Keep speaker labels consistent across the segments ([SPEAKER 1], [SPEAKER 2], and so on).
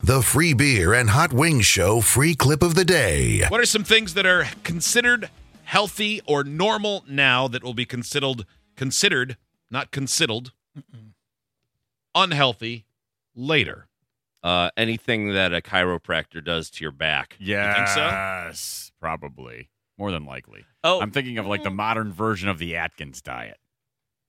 [SPEAKER 1] The Free Beer and Hot Wings Show free clip of the day.
[SPEAKER 2] What are some things that are considered healthy or normal now that will be considered considered not considered unhealthy later?
[SPEAKER 3] Uh, anything that a chiropractor does to your back.
[SPEAKER 2] think so?
[SPEAKER 4] Yes, probably. More than likely.
[SPEAKER 3] Oh,
[SPEAKER 4] I'm thinking of like the modern version of the Atkins diet.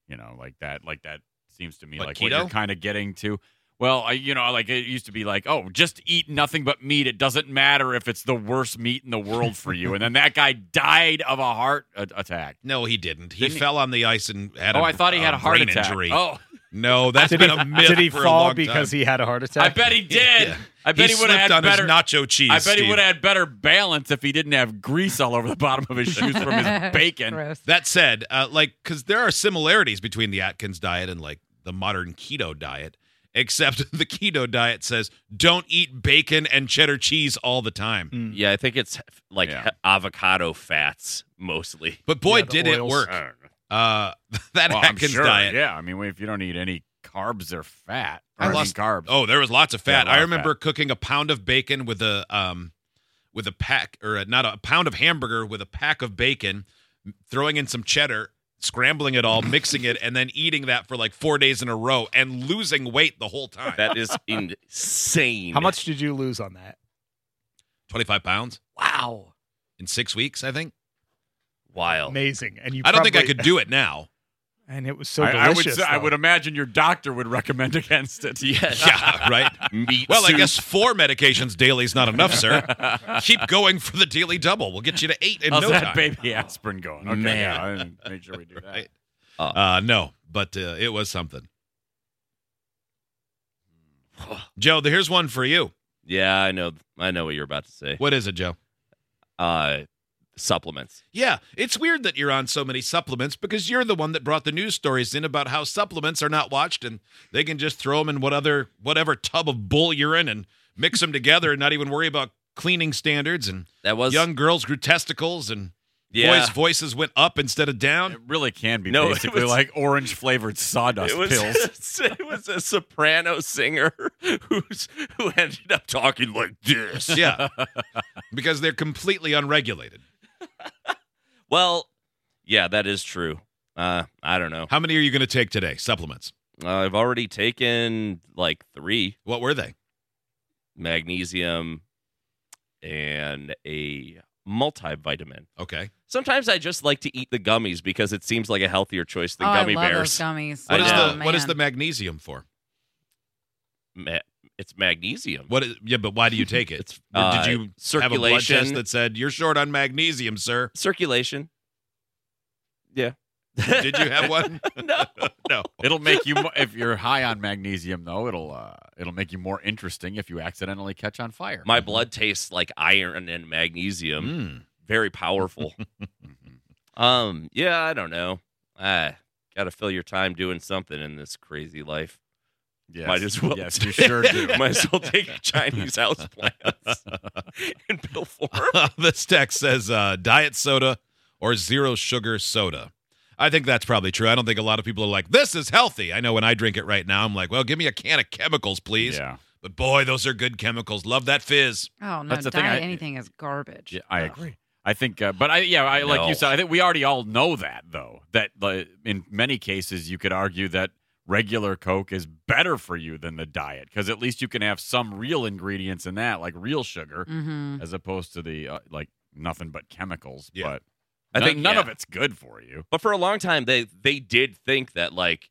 [SPEAKER 4] You know, like that. Like that seems to me
[SPEAKER 2] Like
[SPEAKER 4] like what you're
[SPEAKER 2] keto?
[SPEAKER 4] kind of getting to. Well, I, you know, like it used to be like, oh, just eat nothing but meat. It doesn't matter if it's the worst meat in the world for you. and then that guy died of a heart a- attack.
[SPEAKER 2] No, he didn't. He
[SPEAKER 4] Didn't he-
[SPEAKER 2] fell on the ice and had.
[SPEAKER 4] oh,
[SPEAKER 2] I
[SPEAKER 4] I thought he had a heart
[SPEAKER 2] brain
[SPEAKER 4] attack.
[SPEAKER 2] injury.
[SPEAKER 4] Oh,
[SPEAKER 2] no, that's
[SPEAKER 5] Did
[SPEAKER 2] been
[SPEAKER 5] he,
[SPEAKER 2] a myth.
[SPEAKER 5] did he
[SPEAKER 2] for a
[SPEAKER 5] fall
[SPEAKER 2] long
[SPEAKER 5] because
[SPEAKER 2] time.
[SPEAKER 5] he had a heart attack?
[SPEAKER 4] I bet he did.
[SPEAKER 2] Yeah.
[SPEAKER 4] I bet he, would have
[SPEAKER 2] slipped
[SPEAKER 4] had
[SPEAKER 2] on
[SPEAKER 4] better
[SPEAKER 2] his nacho cheese.
[SPEAKER 4] I bet he
[SPEAKER 2] Steve.
[SPEAKER 4] would have had better balance if he didn't have grease all over the bottom of his shoes from his bacon.
[SPEAKER 6] Gross.
[SPEAKER 2] That said, uh, like, because there are similarities between the Atkins diet and like the modern keto diet, except the keto diet says don't eat bacon and cheddar cheese all the time.
[SPEAKER 4] Mm.
[SPEAKER 3] yeah. I think it's like
[SPEAKER 4] Yeah.
[SPEAKER 3] he- avocado fats mostly.
[SPEAKER 2] But boy,
[SPEAKER 5] Yeah, the
[SPEAKER 2] did it
[SPEAKER 5] oils.
[SPEAKER 2] work.
[SPEAKER 4] I don't know.
[SPEAKER 2] Uh, that
[SPEAKER 4] Well, I'm
[SPEAKER 2] Atkins
[SPEAKER 4] sure,
[SPEAKER 2] diet.
[SPEAKER 4] Yeah, I mean, if you don't eat any carbs or fat,
[SPEAKER 2] I
[SPEAKER 4] or I mean,
[SPEAKER 2] lost-
[SPEAKER 4] carbs.
[SPEAKER 2] Oh, there was lots of
[SPEAKER 4] Yeah, a
[SPEAKER 2] fat.
[SPEAKER 4] lot
[SPEAKER 2] I
[SPEAKER 4] of
[SPEAKER 2] remember cooking a pound of bacon with a um, with a pack or a, not a, a pound of hamburger with a pack of bacon, m- throwing in some cheddar, scrambling it all, mixing it, and then eating that for like four days in a row and losing weight the whole time.
[SPEAKER 3] That is insane.
[SPEAKER 5] How much did you lose on that?
[SPEAKER 2] Twenty five pounds
[SPEAKER 6] Wow.
[SPEAKER 2] in six weeks, I think.
[SPEAKER 3] Wild.
[SPEAKER 5] Amazing. And you
[SPEAKER 2] I don't think I
[SPEAKER 5] probably-
[SPEAKER 2] could do it now.
[SPEAKER 5] And it was so
[SPEAKER 4] I, I would,
[SPEAKER 5] delicious.
[SPEAKER 4] say- I
[SPEAKER 5] though.
[SPEAKER 4] would imagine your doctor would recommend against it.
[SPEAKER 3] Yeah.
[SPEAKER 2] Yeah, right.
[SPEAKER 3] Meat
[SPEAKER 2] Well, I
[SPEAKER 3] soup.
[SPEAKER 2] guess four medications daily is not enough, sir. Keep going for the daily double. We'll get you to eight in
[SPEAKER 4] How's
[SPEAKER 2] no
[SPEAKER 4] that
[SPEAKER 2] time.
[SPEAKER 4] baby aspirin going? Okay,
[SPEAKER 3] Man.
[SPEAKER 4] yeah, I didn't make sure we do that.
[SPEAKER 2] Right. Uh, no, but uh, it was something. Joe, th- here's one for you.
[SPEAKER 3] Yeah, I know. I know what you're about to say.
[SPEAKER 2] What is it, Joe?
[SPEAKER 3] Uh, supplements.
[SPEAKER 2] Yeah, it's weird that you're on so many supplements because you're the one that brought the news stories in about how supplements are not watched and they can just throw them in what other whatever tub of bull urine and mix them together and not even worry about cleaning standards and
[SPEAKER 3] That was
[SPEAKER 2] young girls grew testicles and
[SPEAKER 3] Yeah.
[SPEAKER 2] boys voices went up instead of
[SPEAKER 4] It
[SPEAKER 2] down.
[SPEAKER 4] really can be
[SPEAKER 3] No, it
[SPEAKER 4] basically
[SPEAKER 3] was-
[SPEAKER 4] like orange flavored sawdust
[SPEAKER 3] It was,
[SPEAKER 4] pills.
[SPEAKER 3] it was a soprano singer who's who ended up talking like this.
[SPEAKER 2] Yeah. because they're completely unregulated.
[SPEAKER 3] Well, yeah, that is true. Uh, I don't know.
[SPEAKER 2] How many are you going to take today? Supplements.
[SPEAKER 3] Uh, I've already taken like three
[SPEAKER 2] What were they?
[SPEAKER 3] magnesium and a multivitamin.
[SPEAKER 2] Okay.
[SPEAKER 3] Sometimes I just like to eat the gummies because it seems like a healthier choice than
[SPEAKER 6] oh,
[SPEAKER 3] gummy
[SPEAKER 6] I love
[SPEAKER 3] bears.
[SPEAKER 6] those gummies.
[SPEAKER 3] I
[SPEAKER 2] What is
[SPEAKER 3] know.
[SPEAKER 2] the what is the
[SPEAKER 6] man.
[SPEAKER 2] magnesium for?
[SPEAKER 3] Ma- it's magnesium.
[SPEAKER 2] What is, yeah, but why do you take it?
[SPEAKER 3] It's,
[SPEAKER 2] Or
[SPEAKER 3] uh,
[SPEAKER 2] Did you have a blood
[SPEAKER 3] circulation.
[SPEAKER 2] test that said you're short on magnesium, sir?
[SPEAKER 3] Circulation. Yeah.
[SPEAKER 2] Did you have one?
[SPEAKER 3] no.
[SPEAKER 2] no.
[SPEAKER 4] It'll make you mo- if you're high on magnesium though. It'll uh, it'll make you more interesting if you accidentally catch on fire. Mm-hmm.
[SPEAKER 3] My blood tastes like iron and magnesium.
[SPEAKER 2] Mm.
[SPEAKER 3] Very powerful.
[SPEAKER 4] Mm-hmm.
[SPEAKER 3] um, yeah, I don't know. Ah, gotta fill your time doing something in this crazy life.
[SPEAKER 4] Yes.
[SPEAKER 3] Might as well.
[SPEAKER 4] Yes, you sure do.
[SPEAKER 3] Might as well take Chinese houseplants and pill form.
[SPEAKER 2] this text says uh, diet soda or zero sugar soda. I think that's probably true. I don't think a lot of people are like, this is healthy. I know when I drink it right now, I'm like, well, give me a can of chemicals, please.
[SPEAKER 4] Yeah.
[SPEAKER 2] But boy, those are good chemicals. Love that fizz.
[SPEAKER 6] Oh no,
[SPEAKER 4] That's the
[SPEAKER 6] diet
[SPEAKER 4] thing, I-
[SPEAKER 6] anything is garbage.
[SPEAKER 4] Yeah, I agree. I think, uh, but I, yeah, I like
[SPEAKER 3] No.
[SPEAKER 4] you said, I think we already all know that though. That like, in many cases, you could argue that regular Coke is better for you than the diet because at least you can have some real ingredients in that, like real sugar,
[SPEAKER 6] Mm-hmm.
[SPEAKER 4] as opposed to the uh, like nothing but chemicals.
[SPEAKER 2] Yeah.
[SPEAKER 4] But
[SPEAKER 3] I
[SPEAKER 4] I
[SPEAKER 3] think,
[SPEAKER 4] think none
[SPEAKER 3] yeah.
[SPEAKER 4] of it's good for you.
[SPEAKER 3] But for a long time, they they did think that like,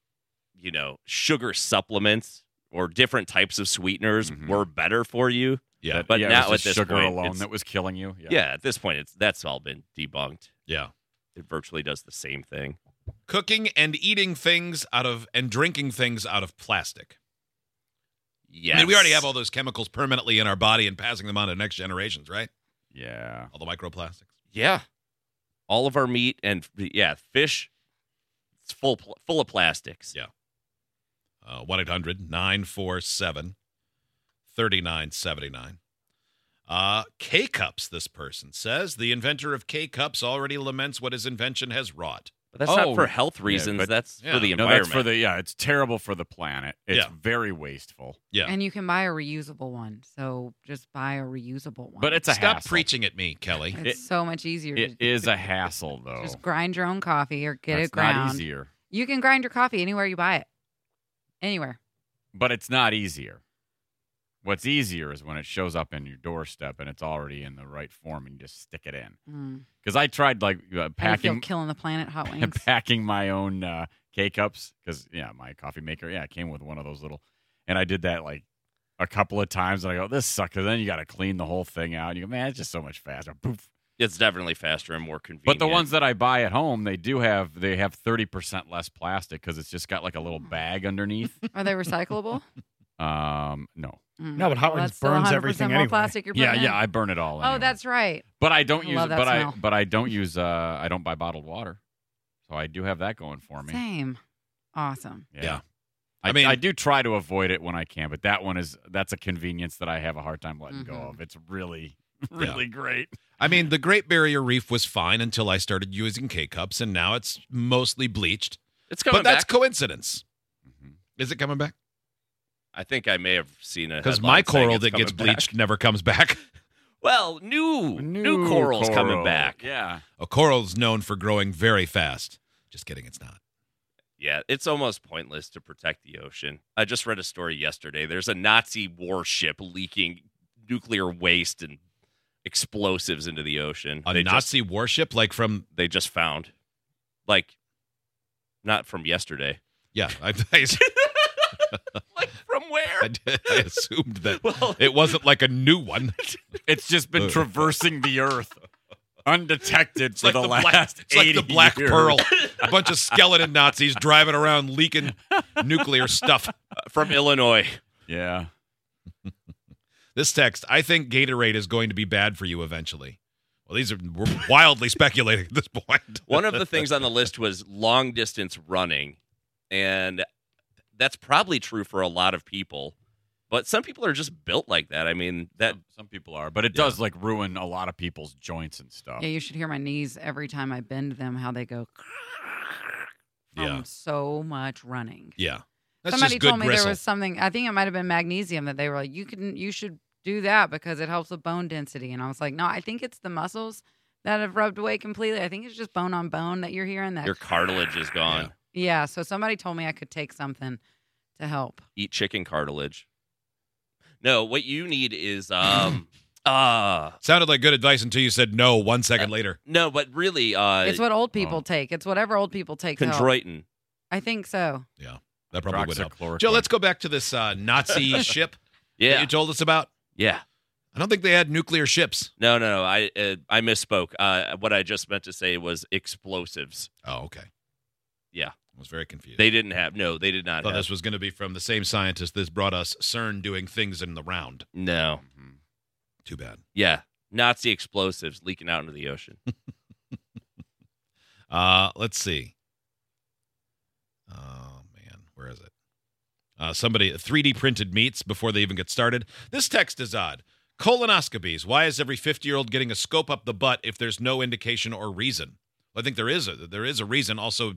[SPEAKER 3] you know, sugar supplements or different types of sweeteners
[SPEAKER 2] Mm-hmm.
[SPEAKER 4] Mhm.
[SPEAKER 3] were better for you.
[SPEAKER 2] Yeah.
[SPEAKER 3] But
[SPEAKER 4] yeah, it
[SPEAKER 3] now
[SPEAKER 4] was just
[SPEAKER 3] at this
[SPEAKER 4] sugar
[SPEAKER 3] point,
[SPEAKER 4] alone
[SPEAKER 3] it's-
[SPEAKER 4] that was killing you. Yeah.
[SPEAKER 3] Yeah. at this point, it's that's all been debunked.
[SPEAKER 2] Yeah.
[SPEAKER 3] It virtually does the same thing.
[SPEAKER 2] Cooking and eating things out of and drinking things out of plastic.
[SPEAKER 3] Yes.
[SPEAKER 2] I mean, we already have all those chemicals permanently in our body and passing them on to next generations, right?
[SPEAKER 4] Yeah.
[SPEAKER 2] All the microplastics.
[SPEAKER 3] Yeah. All of our meat and yeah, fish. It's full pl- full of plastics.
[SPEAKER 2] Yeah. Uh, 1-800-947-3979. Uh, K-Cups, this person says. The inventor of K-Cups already laments what his invention has wrought.
[SPEAKER 3] But that's
[SPEAKER 4] Oh,
[SPEAKER 3] not for health reasons.
[SPEAKER 4] but-
[SPEAKER 3] that's
[SPEAKER 2] yeah.
[SPEAKER 3] for the
[SPEAKER 4] No,
[SPEAKER 3] environment.
[SPEAKER 4] that's for the yeah. It's terrible for the planet. It's
[SPEAKER 2] Yeah.
[SPEAKER 4] very wasteful.
[SPEAKER 2] Yeah.
[SPEAKER 6] And you can buy a reusable one. So just buy a reusable one.
[SPEAKER 4] But it's a
[SPEAKER 2] Stop
[SPEAKER 4] hassle.
[SPEAKER 2] preaching at me, Kelly.
[SPEAKER 6] it's
[SPEAKER 4] it-
[SPEAKER 6] so much easier.
[SPEAKER 4] It
[SPEAKER 6] to,
[SPEAKER 4] is a hassle though.
[SPEAKER 6] Just grind your own coffee or get
[SPEAKER 4] That's
[SPEAKER 6] it ground.
[SPEAKER 4] Not easier,
[SPEAKER 6] You can grind your coffee anywhere you buy it. Anywhere.
[SPEAKER 4] but it's not easier. What's easier is when it shows up in your doorstep and it's already in the right form and you just stick it in.
[SPEAKER 6] Mm.
[SPEAKER 4] Because I tried like uh,
[SPEAKER 6] And if you're
[SPEAKER 4] packing
[SPEAKER 6] killing the planet hot wings.
[SPEAKER 4] packing my own uh, K cups because yeah, my coffee maker yeah it came with one of those little, and I did that like a couple of times and I go this sucks. And then you got to clean the whole thing out. And you go man, it's just so much faster. Poof.
[SPEAKER 3] it's definitely faster and more
[SPEAKER 4] But
[SPEAKER 3] convenient.
[SPEAKER 4] the ones that I buy at home, they do have they have thirty percent less plastic because it's just got like a little bag underneath.
[SPEAKER 6] Are they recyclable?
[SPEAKER 4] um, no.
[SPEAKER 6] Mm.
[SPEAKER 5] No, but hot
[SPEAKER 6] Well,
[SPEAKER 5] wings
[SPEAKER 6] that's still
[SPEAKER 5] burns
[SPEAKER 6] 100%
[SPEAKER 5] everything
[SPEAKER 6] more
[SPEAKER 5] anyway.
[SPEAKER 6] plastic you're
[SPEAKER 4] Yeah,
[SPEAKER 6] putting
[SPEAKER 4] yeah,
[SPEAKER 6] in.
[SPEAKER 4] I burn it all.
[SPEAKER 6] Oh,
[SPEAKER 4] anyway.
[SPEAKER 6] that's right.
[SPEAKER 4] But I don't
[SPEAKER 6] I
[SPEAKER 4] use.
[SPEAKER 6] love that
[SPEAKER 4] but I
[SPEAKER 6] smell.
[SPEAKER 4] but I don't use. Uh, I don't buy bottled water, so I do have that going for me.
[SPEAKER 6] Same. Awesome.
[SPEAKER 2] Yeah.
[SPEAKER 4] I,
[SPEAKER 2] I
[SPEAKER 4] mean,
[SPEAKER 2] mean-
[SPEAKER 4] I do try to avoid it when I can, but that one is that's a convenience that I have a hard time letting go
[SPEAKER 6] Mhm.
[SPEAKER 4] of. It's really, really great.
[SPEAKER 2] I mean, the Great Barrier Reef was fine until I started using K-Cups, and now it's mostly bleached.
[SPEAKER 3] it's coming
[SPEAKER 2] but that's
[SPEAKER 3] back.
[SPEAKER 2] coincidence. Is it coming back?
[SPEAKER 3] I think I may have seen it
[SPEAKER 2] Because my coral that gets bleached never comes back.
[SPEAKER 3] Well, new new, corals coming
[SPEAKER 4] coral.
[SPEAKER 3] back. Yeah.
[SPEAKER 4] Yeah,
[SPEAKER 2] A coral's known for growing very fast. Just kidding, it's not.
[SPEAKER 3] it's almost pointless to protect the ocean. I just read a story yesterday. There's a Nazi warship leaking nuclear waste and explosives into the ocean.
[SPEAKER 2] A
[SPEAKER 3] they just,
[SPEAKER 2] Nazi warship, like from
[SPEAKER 3] they just found, like, not from yesterday.
[SPEAKER 2] yeah, I, I,
[SPEAKER 3] Like from where?
[SPEAKER 2] I did- I assumed that
[SPEAKER 3] well,
[SPEAKER 2] it wasn't like a new one.
[SPEAKER 4] it's just been
[SPEAKER 2] Ugh.
[SPEAKER 4] traversing the earth undetected
[SPEAKER 2] It's
[SPEAKER 4] for
[SPEAKER 2] like
[SPEAKER 4] the
[SPEAKER 2] the black-
[SPEAKER 4] last.
[SPEAKER 2] It's like the
[SPEAKER 4] 80
[SPEAKER 2] Black
[SPEAKER 4] years.
[SPEAKER 2] Pearl, a bunch of skeleton Nazis driving around leaking nuclear stuff.
[SPEAKER 3] from Illinois.
[SPEAKER 4] Yeah,
[SPEAKER 2] This text, I think Gatorade is going to be bad for you eventually. Well, these are we're wildly speculating at this point.
[SPEAKER 3] One of the things on the list was long distance running, and that's probably true for a lot of people. But some people are just built like that. I mean, that
[SPEAKER 4] some, some people are, but it
[SPEAKER 3] Yeah.
[SPEAKER 4] does like ruin a lot of people's joints and
[SPEAKER 2] Oh.
[SPEAKER 4] stuff.
[SPEAKER 6] Yeah, you should hear my knees every time I bend them, how they go from
[SPEAKER 2] Yeah.
[SPEAKER 6] so much running.
[SPEAKER 2] Yeah, that's
[SPEAKER 6] Somebody
[SPEAKER 2] just good
[SPEAKER 6] told me
[SPEAKER 2] gristle.
[SPEAKER 6] there was something. I think it might have been magnesium that they were like, you can, you should do that because it helps with bone density. And I was like, no, I think it's the muscles that have rubbed away completely. I think it's just bone on bone that you're hearing that.
[SPEAKER 3] your cartilage is gone.
[SPEAKER 6] yeah. So somebody told me I could take something to help.
[SPEAKER 3] Eat chicken cartilage. No, what you need is um uh
[SPEAKER 2] Sounded like good advice until you said no. One second later,
[SPEAKER 3] no, but really uh
[SPEAKER 6] It's what old
[SPEAKER 4] oh.
[SPEAKER 6] people take. It's whatever old people take. to help.
[SPEAKER 3] chondroitin.
[SPEAKER 6] I think so.
[SPEAKER 2] that probably would help.
[SPEAKER 4] Hydroxychloroquine.
[SPEAKER 2] Joe, let's go back to this uh, Nazi ship that
[SPEAKER 3] Yeah,
[SPEAKER 2] you told us about.
[SPEAKER 3] yeah.
[SPEAKER 2] I don't think they had nuclear ships.
[SPEAKER 3] No, no, no. I uh, I misspoke. Uh, what I just meant to say was explosives.
[SPEAKER 2] Oh, okay.
[SPEAKER 3] Yeah.
[SPEAKER 2] I was very confused.
[SPEAKER 3] They didn't have. No, they did not.
[SPEAKER 2] thought
[SPEAKER 3] have.
[SPEAKER 2] this was going to be from the same scientist that brought us CERN doing things in the round.
[SPEAKER 3] no.
[SPEAKER 4] Mhm.
[SPEAKER 2] Too bad.
[SPEAKER 3] Yeah, Nazi explosives leaking out into the ocean.
[SPEAKER 2] Uh, let's see. Oh man, where is it? Uh, somebody 3D printed meats before they even get started. This text is odd. Colonoscopies. Why is every 50 year old getting a scope up the butt if there's no indication or reason? Well, I think there is a there is a reason. Also,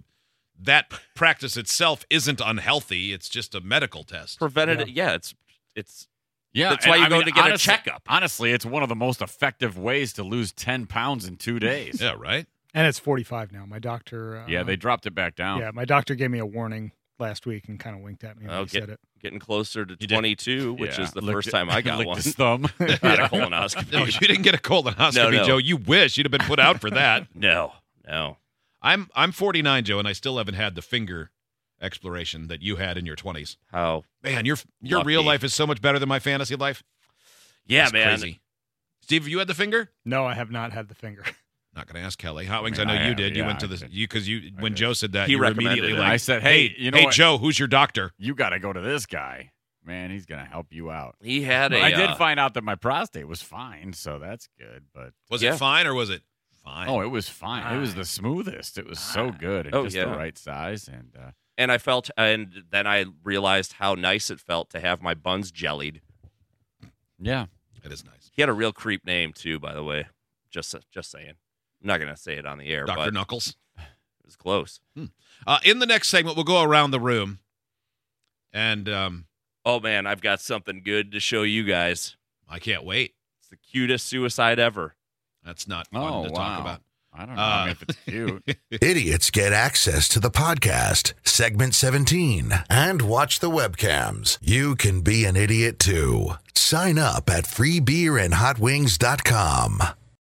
[SPEAKER 2] that practice itself isn't unhealthy. It's just a medical test.
[SPEAKER 3] Prevented. Yeah, it's it's
[SPEAKER 4] Yeah,
[SPEAKER 3] That's
[SPEAKER 4] and
[SPEAKER 3] why you
[SPEAKER 4] I
[SPEAKER 3] go
[SPEAKER 4] mean,
[SPEAKER 3] to get a
[SPEAKER 4] honestly-
[SPEAKER 3] checkup.
[SPEAKER 4] Honestly, it's one of the most effective ways to lose ten pounds in two days.
[SPEAKER 2] Yeah, right.
[SPEAKER 5] And it's 45 now. My doctor. Uh,
[SPEAKER 4] Yeah, they dropped it back down.
[SPEAKER 5] Yeah, my doctor gave me a warning last week and kind of winked at me when
[SPEAKER 3] Okay.
[SPEAKER 5] he said it.
[SPEAKER 3] getting closer to
[SPEAKER 2] did.
[SPEAKER 3] 22, which
[SPEAKER 4] Yeah.
[SPEAKER 3] is the
[SPEAKER 4] Licked
[SPEAKER 3] first
[SPEAKER 4] it-
[SPEAKER 3] time I got
[SPEAKER 4] licked
[SPEAKER 3] one.
[SPEAKER 4] His thumb.
[SPEAKER 3] Not a
[SPEAKER 4] Yeah.
[SPEAKER 3] colonoscopy.
[SPEAKER 2] No, Oh, you didn't get a colonoscopy,
[SPEAKER 3] No, no.
[SPEAKER 2] Joe. You wish you'd have been put out for that.
[SPEAKER 3] no, no.
[SPEAKER 2] I'm I'm 49, Joe, and I still haven't had the finger exploration that you had in your 20s.
[SPEAKER 3] How?
[SPEAKER 2] Man, your your real
[SPEAKER 3] Lucky.
[SPEAKER 2] life is so much better than my fantasy life.
[SPEAKER 3] Yeah,
[SPEAKER 2] That's
[SPEAKER 3] man.
[SPEAKER 2] Crazy. Steve, have you had the finger?
[SPEAKER 5] No, I have not had the finger.
[SPEAKER 2] Not gonna ask Kelly. Hot wings. I,
[SPEAKER 4] mean, I
[SPEAKER 2] know you
[SPEAKER 4] have,
[SPEAKER 2] did. you
[SPEAKER 4] yeah,
[SPEAKER 2] went to
[SPEAKER 4] I
[SPEAKER 2] the
[SPEAKER 4] did.
[SPEAKER 2] you because you when
[SPEAKER 4] did.
[SPEAKER 2] Joe said that
[SPEAKER 3] He
[SPEAKER 2] you were
[SPEAKER 3] recommended
[SPEAKER 2] immediately
[SPEAKER 3] it.
[SPEAKER 2] like
[SPEAKER 4] I said, "Hey, you know
[SPEAKER 2] hey
[SPEAKER 4] what?
[SPEAKER 2] Joe, who's your doctor?
[SPEAKER 4] You got to go to this guy." man, he's gonna help you out.
[SPEAKER 3] He had a.
[SPEAKER 4] I did
[SPEAKER 3] uh,
[SPEAKER 4] find out that my prostate was fine, so that's good. But
[SPEAKER 2] Was
[SPEAKER 3] Yeah.
[SPEAKER 2] it fine or was it fine?
[SPEAKER 4] oh, it was fine. It was the smoothest. It was so good and
[SPEAKER 3] Oh,
[SPEAKER 4] just
[SPEAKER 3] yeah.
[SPEAKER 4] the right size. And uh,
[SPEAKER 3] and I felt, and then I realized how nice it felt to have my buns jellied.
[SPEAKER 4] yeah,
[SPEAKER 2] it is nice.
[SPEAKER 3] He had a real creep name too, by the way. Just, just saying. I'm not gonna say it on the air,
[SPEAKER 2] Dr.
[SPEAKER 3] but
[SPEAKER 2] Knuckles.
[SPEAKER 3] it was close.
[SPEAKER 2] Uh, in the next segment, we'll go around the room. And um,
[SPEAKER 3] Oh man, I've got something good to show you guys.
[SPEAKER 2] I can't wait.
[SPEAKER 3] It's the cutest suicide ever.
[SPEAKER 2] That's not fun
[SPEAKER 4] Oh,
[SPEAKER 2] to
[SPEAKER 4] wow.
[SPEAKER 2] talk about.
[SPEAKER 4] I don't know I
[SPEAKER 2] Uh,
[SPEAKER 4] mean, if it's cute.
[SPEAKER 1] Idiots get access to the podcast, segment 17, and watch the webcams. You can be an idiot too. Sign up at freebeerandhotwings.com.